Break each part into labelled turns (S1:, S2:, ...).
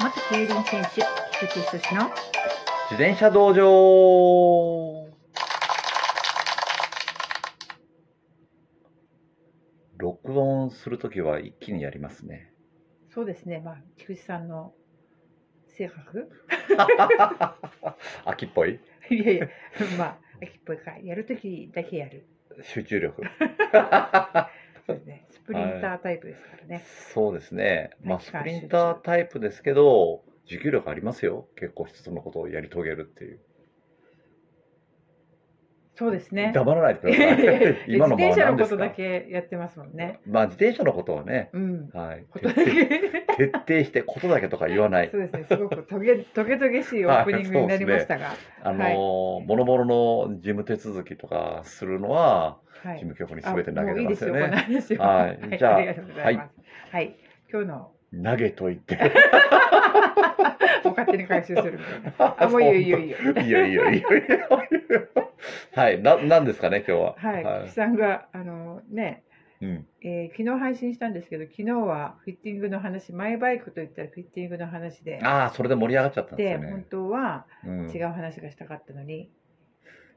S1: 元競輪選手菊池寿の
S2: 自転車道場録音するときは一気にやります ね。
S1: そうですねまあ菊池さんの性格
S2: 秋っぽい
S1: いやいやまあ秋っぽいからやるときだけやる
S2: 集中力。
S1: そうですねスプリンタータイプですからね、
S2: そうですね。まあ、
S1: 期
S2: ス
S1: 間
S2: プ
S1: 集中
S2: リンタータイプですけど、持久力ありますよ。結構一つのことをやり遂げるっていう。
S1: そうですね
S2: 黙らないでく だ
S1: いやいやい
S2: さ
S1: や
S2: い。 今の
S1: 自
S2: ま
S1: 転車の
S2: ま何で
S1: こ
S2: す
S1: と
S2: か
S1: だけやってますもんね
S2: まあ、自転車のことはね、
S1: うん
S2: はい、
S1: こと
S2: 徹
S1: だ
S2: 底
S1: け
S2: 徹底してことだけとか言わない
S1: そ。うですねすごくトゲトゲトゲしいオープニングになりましたが、
S2: あのーもろもろの事務手続きとかするのは、
S1: はい
S2: 事務局に
S1: あ
S2: すべて投げて
S1: もういい
S2: ま
S1: ですす
S2: よ
S1: よ、
S2: ね。
S1: この話は。
S2: はいじゃあ
S1: ありがとうございます。はい、今日の
S2: 投げといて。
S1: お勝手に回収するみたいな。 あ、もういいよいいよいいよ。
S2: いいよいいよいいよいいよはい、な、なんですかね、今日は。
S1: はい、菊池さんがあのね、
S2: うん、
S1: えー昨日配信したんですけど、昨日はフィッティングの話、マイバイクといったらフィッティングの話で、
S2: ああ、それで盛り上がっちゃったんです
S1: で
S2: よ
S1: 本
S2: ね。
S1: 当は
S2: うん
S1: 違う話がしたかったのに。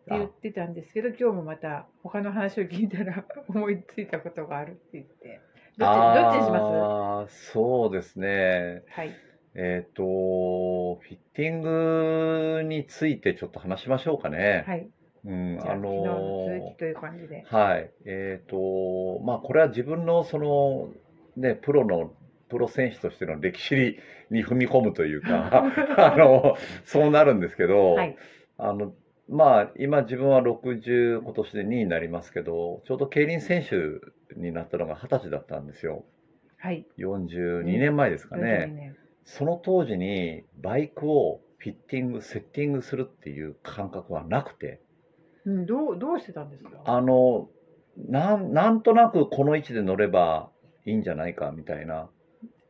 S1: って
S2: あ
S1: 言ってたんですけど、今日もまた他の話を聞いたら 思いついたことがあるって言って、どっちどっちにしま
S2: ああ、そうですね。
S1: す？はい。
S2: えっ、と、フィッティングについてちょっと話しましょうかね。
S1: はい。
S2: うん、
S1: じゃあ、
S2: あ
S1: 昨
S2: の
S1: 日の
S2: ー
S1: 続きという感じで。
S2: はい、えーとまあ、これは自分のその、ね、プロのプロ選手としての歴史に踏み込むとい うかあのそうなるんですけど、
S1: はい。
S2: あのまあ、今自分は60今年で2位になりますけどちょうど競輪選手になったのが20歳だったんですよ
S1: はい。
S2: 42年前ですかね、
S1: ね。
S2: その当時にバイクをフィッティングセッティングするっていう感覚はなくて。
S1: うん、どう、どうしてたんですか。
S2: あのなんなんとなくこの位置で乗ればいいんじゃないかみたいな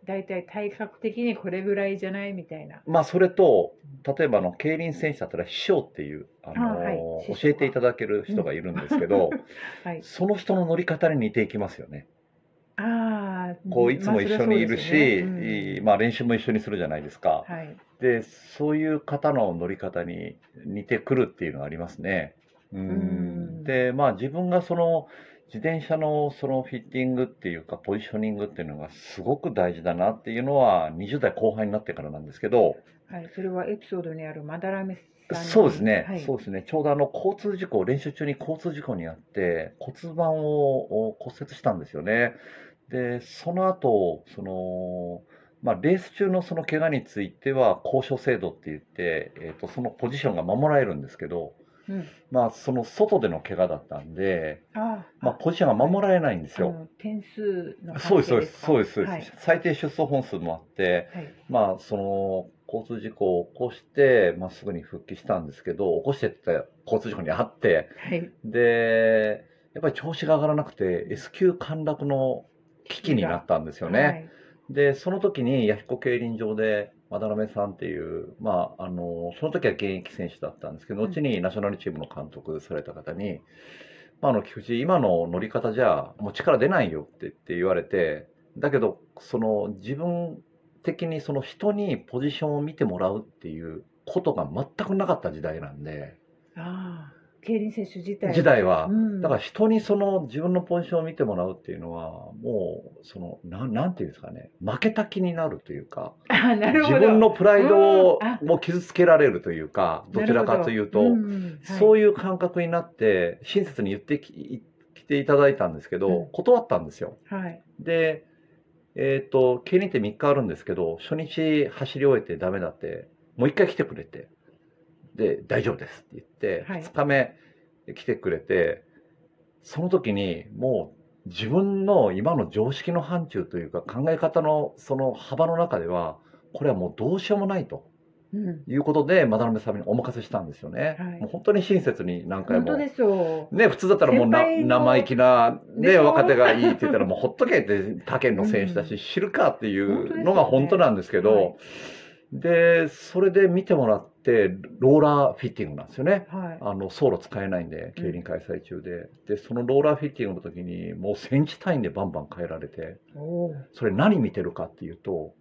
S1: 大体体格的にこれぐらいじゃないみたいな。
S2: まあそれと例えばあの競輪選手だったら師匠っていうあの
S1: あはい師匠
S2: 教えていただける人がいるんですけど、
S1: はい。
S2: その人の乗り方に似ていきますよね。
S1: ああ。
S2: こういつも一緒にいる
S1: まあそれは
S2: し、
S1: そうですよね
S2: まあ練習も一緒にするじゃないですか。
S1: うんはい。
S2: でそういう方の乗り方に似てくるっていうのはありますね。うん
S1: うん
S2: でまあ自分がその自転車のそのフィッティングっていうかポジショニングっていうのがすごく大事だなっていうのは20代後半になってからなんですけど
S1: はい、それはエピソードにあるまだらめさん。
S2: そうですね、
S1: はい。
S2: そうですねちょうどあの交通事故練習中に交通事故にあって骨盤をお骨折したんですよね。でその後そのまあ、レース中のその怪我については交渉制度って言って、えー、とそのポジションが守られるんですけど、
S1: うん、
S2: まあ、その外での怪我だったんで、
S1: ああ。
S2: まあ、ポジションが守られないんです
S1: あ
S2: よ。
S1: の点数の関係
S2: そうですそうです
S1: か
S2: そうですそう
S1: は
S2: で
S1: い
S2: す。最低出走本数もあって、
S1: はい。
S2: まあ、その交通事故を起こして、まあ、すぐに復帰したんですけど起こしてった交通事故にあって
S1: はい。
S2: でやっぱり調子が上がらなくて S 級陥落の危機になったんですよね。
S1: はい。
S2: でその時に弥彦競輪場で渡辺さんっていう、まあ、あのその時は現役選手だったんですけど
S1: うん
S2: 後にナショナルチームの監督された方に「まあ、あの菊池今の乗り方じゃもう力出ないよ」って言って言われてだけどその自分的にその人にポジションを見てもらうっていうことが全くなかった時代なんで
S1: ああ。競輪選手自体。
S2: 時。代は
S1: う。ん。
S2: だから人にその自分のポジションを見てもらうっていうのはもうそのなんなんていうんですかね負けた気になるというか
S1: あ、なるほ
S2: 自
S1: ど。
S2: 分のプライドを
S1: うんあ
S2: もう傷つけられるというかどちらかというと、そう
S1: い
S2: いう感覚になって親切に言ってききていただいたんですけ
S1: う
S2: ど、
S1: ん
S2: 断ったんですよ。
S1: うん。はい。
S2: で、えー、と競輪って3日あるんですけど初日走り終えてダメだってもう1回来てくれてで大丈夫ですって言って、
S1: はい
S2: 2日目来てくれてその時にもう自分の今の常識の範疇というか考え方のその幅の中ではこれはもうどうしようもないと
S1: うん。
S2: いうことで渡辺さんにお任せしたんですよね。
S1: はい
S2: もう本当に親切に何回
S1: 本
S2: も
S1: 当ですよ。
S2: ね、普通だったらもうな
S1: 先輩の
S2: 生意気な、
S1: でし
S2: ね、
S1: ょ
S2: 若手がいいって言ったらもうほっとけって他県の選手だ
S1: う
S2: し知るかっていうのが
S1: 本当ですよ
S2: 本
S1: ね
S2: 当なんですけどでそれで見てもらってローラーフィッティングなんですよね
S1: はい。
S2: あの走路使えないんで
S1: う
S2: 競
S1: ん
S2: 輪開催中ででそのローラーフィッティングの時にもうセンチ単位でバンバン変えられて
S1: おお。
S2: それ何見てるかっていうと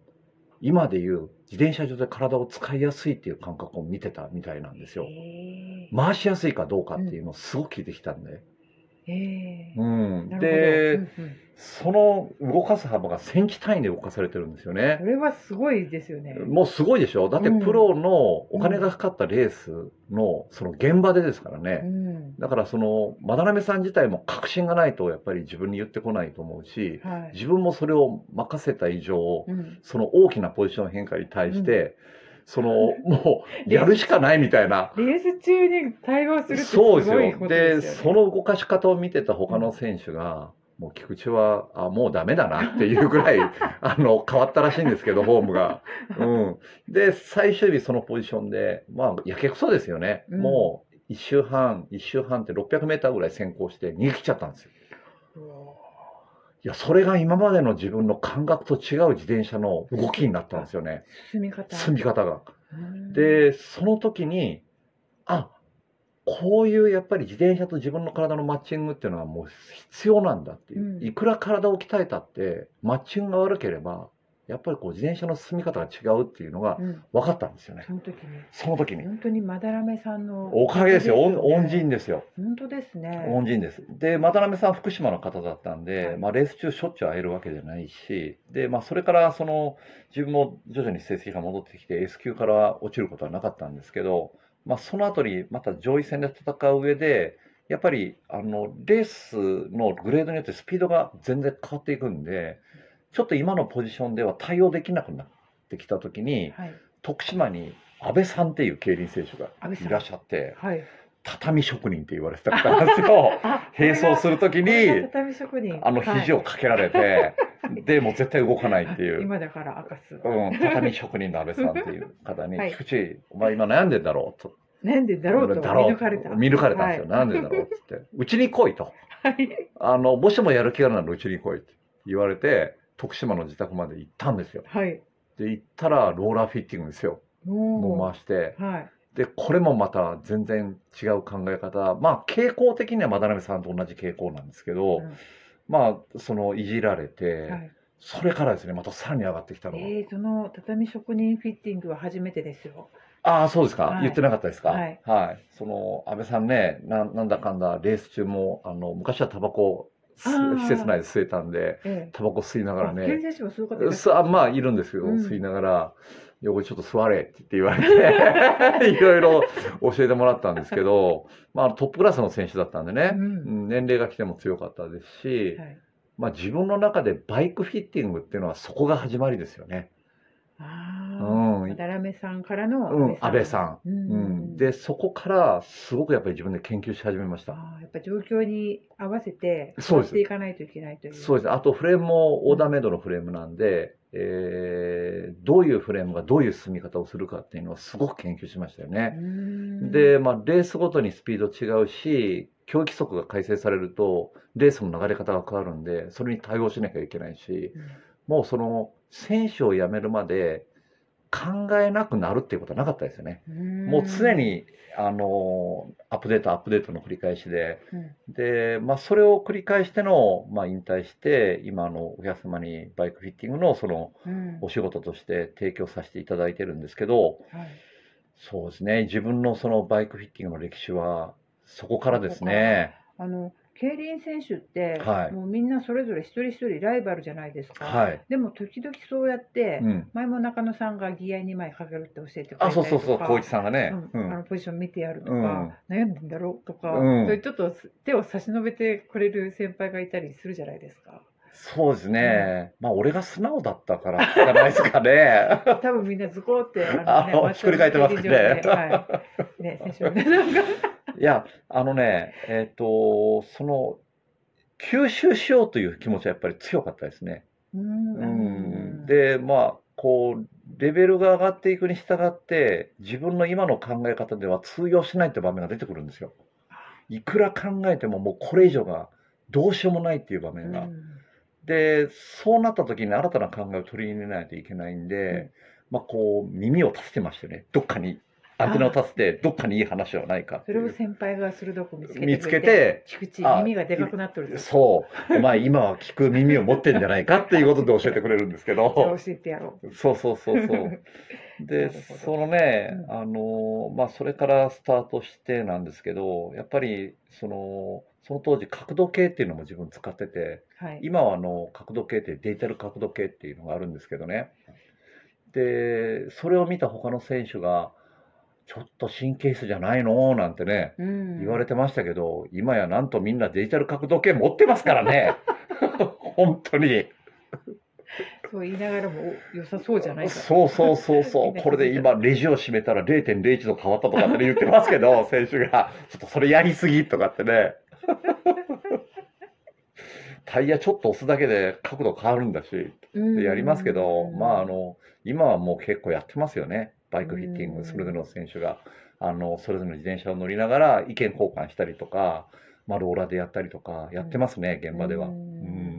S2: 今でいう自転車上で体を使いやすいっていう感覚を見てたみたいなんですよ。
S1: えー
S2: 回しやすいかどうかっていうのをすごく聞いてきたんで。
S1: えー
S2: うん、
S1: な
S2: で、
S1: るほどうんうん
S2: その動かす幅が1000機単位で動かされてるんですよね
S1: そ。れはすごいですよね。
S2: もうすごいでしょだって
S1: うん
S2: プロのお金がかかったレースのその現場でですから
S1: う
S2: ね。
S1: ん、
S2: だからその、まだなめさん自体も確信がないとやっぱり自分に言ってこないと思うし、
S1: はい。
S2: 自分もそれを任せた以上、
S1: うん
S2: その大きなポジション変化に対して、その、もうやるしかないみたいな。
S1: レース中に対応するってす
S2: そ
S1: ごい
S2: うですよ
S1: こと
S2: で
S1: です
S2: そ
S1: よね。
S2: の動かし方を見てた他の選手が、もう菊池はあもうダメだなっていうぐらいあの変わったらしいんですけどフォームが。うん、で最終日そのポジションでまあやけくそですよね、
S1: うん
S2: もう1周半1周半って 600m ぐらい先行して逃げ切っちゃったんですよ。
S1: うわ
S2: いやそれが今までの自分の感覚と違う自転車の動きになったんですよね
S1: 進み方。
S2: 進み方が。
S1: うん、
S2: でその時にあこういうやっぱり自転車と自分の体のマッチングっていうのはもう必要なんだっていう、
S1: うん
S2: いくら体を鍛えたってマッチングが悪ければやっぱりこう自転車の進み方が違うっていうのが
S1: うん、
S2: 分かったんですよね、
S1: その時に
S2: その時に。
S1: 本当にまだらめさんの
S2: おかげですよ、
S1: お
S2: 恩
S1: かげ
S2: 恩
S1: ですよね本当
S2: 人ですよ、
S1: ですね。
S2: 恩人です。で、渡辺さん、福島の方だったんで、
S1: はい
S2: まあ、レース中、しょっちゅう会えるわけじゃないし、で、まあ、それから、その、自分も徐々に成績が戻ってきて、S 級から落ちることはなかったんですけど、まあ、その後に、また上位戦で戦う上で、やっぱり、あの、レースのグレードによってスピードが全然変わっていくんで、ちょっと今のポジションでは対応できなくなってきたときに、
S1: はい。
S2: 徳島に安倍さんっていう競輪選手が
S1: 安倍さん
S2: いらっしゃって、
S1: はい。
S2: 畳職人って言われてた方なんですよ。
S1: あ
S2: 並走するとき
S1: これがこれが畳
S2: に
S1: 職人
S2: あの肘をかけら れて、でもう絶対動かないってい
S1: は
S2: う、
S1: 今だから明かす。
S2: うん、畳職人の安倍さんっていう方 に
S1: は
S2: 「
S1: い
S2: 菊池お前今悩んでんだろ」と
S1: なんで
S2: 「
S1: だろうと見抜かれた。
S2: 見抜かれたんですよ「悩んでんだろ」っつって「うちに来い」と
S1: はい。
S2: 「あのもしもやる気があるならうちに来い」って言われて徳島の自宅まで行ったんですよ
S1: はい。
S2: で行ったらローラーフィッティングですよもう
S1: も
S2: 回して
S1: う。はい。
S2: でこれもまた全然違う考え方まあ傾向的には渡辺さんと同じ傾向なんですけど、
S1: うん
S2: まあそのいじられて、
S1: はい、
S2: それからですねまたさらに上がってきたのが、
S1: えー、その畳職人フィッティングは初めてですよ。
S2: ああそうですか、
S1: はい
S2: 言ってなかったですか
S1: はい、
S2: その安倍さんねななんだかんだレース中もあの昔はタバコす
S1: あー
S2: 施設内で吸えたんで
S1: ええ。
S2: タバコ吸いながらね
S1: 県選手もそういう方いらっし
S2: すあまあいるんですけど、
S1: うん
S2: 吸いながら「横にちょっと座れ」って言われ ていろいろ教えてもらったんですけど、まあ、トップクラスの選手だったんで
S1: ゃ
S2: ね
S1: る。、うん。
S2: うん年齢が来ても強かったですし、
S1: はい。
S2: まあ、自分の中でバイクフィッティングっていうのはそこが始まりですよね。
S1: ああ。
S2: うん
S1: 渡辺さんからの
S2: うん、安倍さん、
S1: ん。うん
S2: う、
S1: うんん、
S2: でそこからすごくやっぱり自分で研究し始めました。
S1: ああ、やっぱ状況に合わせて変
S2: そう
S1: わ
S2: で
S1: っ
S2: す
S1: ていかないといけないという。
S2: そうですあとフレームもオーダーメイドのフレームなんで、えーどういうフレームがどういう進み方をするかっていうのはすごく研究しましたよね。
S1: うーん
S2: で、まあ、レースごとにスピード違うし競技規則が改正されるとレースの流れ方が変わるんでそれに対応しなきゃいけないし
S1: うん
S2: もうその選手を辞めるまで考えなくなるっていうことはなかったですよね。もう常、にあのアップデートアップデートの繰り返しで
S1: ーん
S2: で、まあ、それを繰り返しての、まあ、引退して今あのお客様にバイクフィッティングのその
S1: うんうん
S2: お仕事として提供させていただいてるんですけど
S1: はい
S2: そうですね自分のそのバイクフィッティングの歴史はそこからですね。
S1: あの競輪選手って、
S2: はい
S1: もうみんなそれぞれ一人一人ライバルじゃないですか、
S2: はい、
S1: でも時々そうやって、
S2: うん、
S1: 前も中野さんがギア2枚かけるって教えてくれた
S2: あ
S1: りと
S2: そう
S1: か
S2: そうそう光一さんがね。
S1: う
S2: うんん
S1: あのポジション見てやるとか、
S2: うん
S1: 悩んでんだろうとか、
S2: うん
S1: そういうちょっと手を差し伸べてくれる先輩がいたりするじゃないですか
S2: そうですね、まあ俺が素直だったからじゃないですかね。
S1: 多分みんなズコーって
S2: あひっくり返ってますね
S1: ね,松尾の競輪場で、はい、ね選手の皆さんが
S2: いやあのねえっ、とその吸収しようという気持ちはやっぱり強かったですね。
S1: うー
S2: うんん、でまあこうレベルが上がっていくに従って自分の今の考え方では通用しないって場面が出てくるんですよ。いくら考えてももうこれ以上がどうしようもないっていう場
S1: う
S2: 面
S1: ん
S2: が。でそうなった時に新たな考えを取り入れないといけないんで、まあこう耳を立ててましてねどっかにアンテナを立ててどっかにいい話はないかっ
S1: そ
S2: てい
S1: れを
S2: う
S1: 先輩が鋭く見つけてくれて
S2: 見つけて
S1: 菊池
S2: あ
S1: 耳がでかくなっとるぞ
S2: そうお前今は聞く耳を持ってんじゃないかっていうことで教えてくれるんですけ
S1: じゃ
S2: ど
S1: あ教えてやろう
S2: そうそうそうそう
S1: な
S2: で
S1: るほど
S2: そのね
S1: う、ん
S2: あのまあ、それからスタートしてなんですけどやっぱりそのその当時角度計っていうのも自分使ってて
S1: はい
S2: 今はあの角度計ってデジタル角度計っていうのがあるんですけどねでそれを見た他の選手が「ちょっと神経質じゃないの?」なんてね
S1: 言
S2: 言われてましたけど、今やなんとみんなデジタル角度計持ってますからね 本当に。
S1: そう言いながらもお良さそうじゃないか
S2: そうそうそうそ
S1: みん
S2: う、
S1: な
S2: これで今、レジを閉めたら0.01度変わったと かってね言ってますけど、選手が、ちょっとそれやりすぎとかっ てね、タイヤちょっと押すだけで角度変わるんだしっ
S1: うん
S2: てやりますけど、
S1: うん
S2: まああの、今はもう結構やってますよね、バイクフィッティング、それぞれの選手が、あのそれぞれの自転車を乗りながら意見交換したりとか、まあ、ローラーでやったりとか、やってますね、現場では。
S1: う
S2: うんん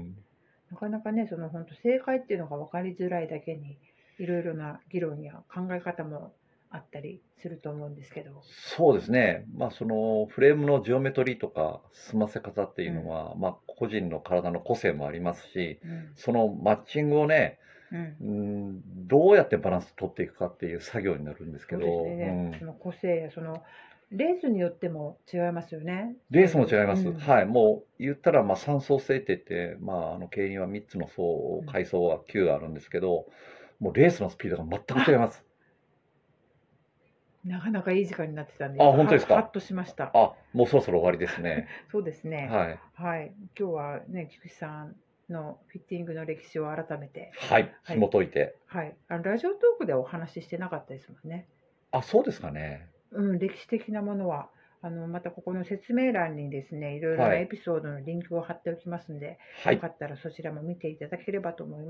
S1: なかなかねその本当正解っていうのが分かりづらいだけにいろいろな議論や考え方もあったりすると思うんですけど
S2: そうですね、まあ、そのフレームのジオメトリーとか済ませ方っていうのは、まあ、個人の体の個性もありますし
S1: うん
S2: そのマッチングをね、
S1: うん
S2: うん、どうやってバランス取っていくかっていう作業になるんですけど
S1: そうですね、その個性やそのレースによっても違いますよね
S2: うん、レースも違います、
S1: うん
S2: はい、もう言ったら、まあ、3層制って言って、まあ、あの競輪は3つの層
S1: うん
S2: 階層は9あるんですけどもうレースのスピードが全く違います。
S1: なかなかいい時間になってたんで
S2: あ本当ですか
S1: ハッとしました
S2: あもうそろそろ終わりですね。
S1: そうです ね
S2: はい、
S1: はい、今日はね菊池さんのフィッティングの歴史を改めて
S2: はい、紐解いて。
S1: はいあのラジオトークではお話ししてなかったですもんね
S2: あそうですかね。
S1: うん、歴史的なものはあのまたここの説明欄にですねいろいろな
S2: はい
S1: エピソードのリンクを貼っておきますので、
S2: はい
S1: よかったらそちらも見ていただければと思います。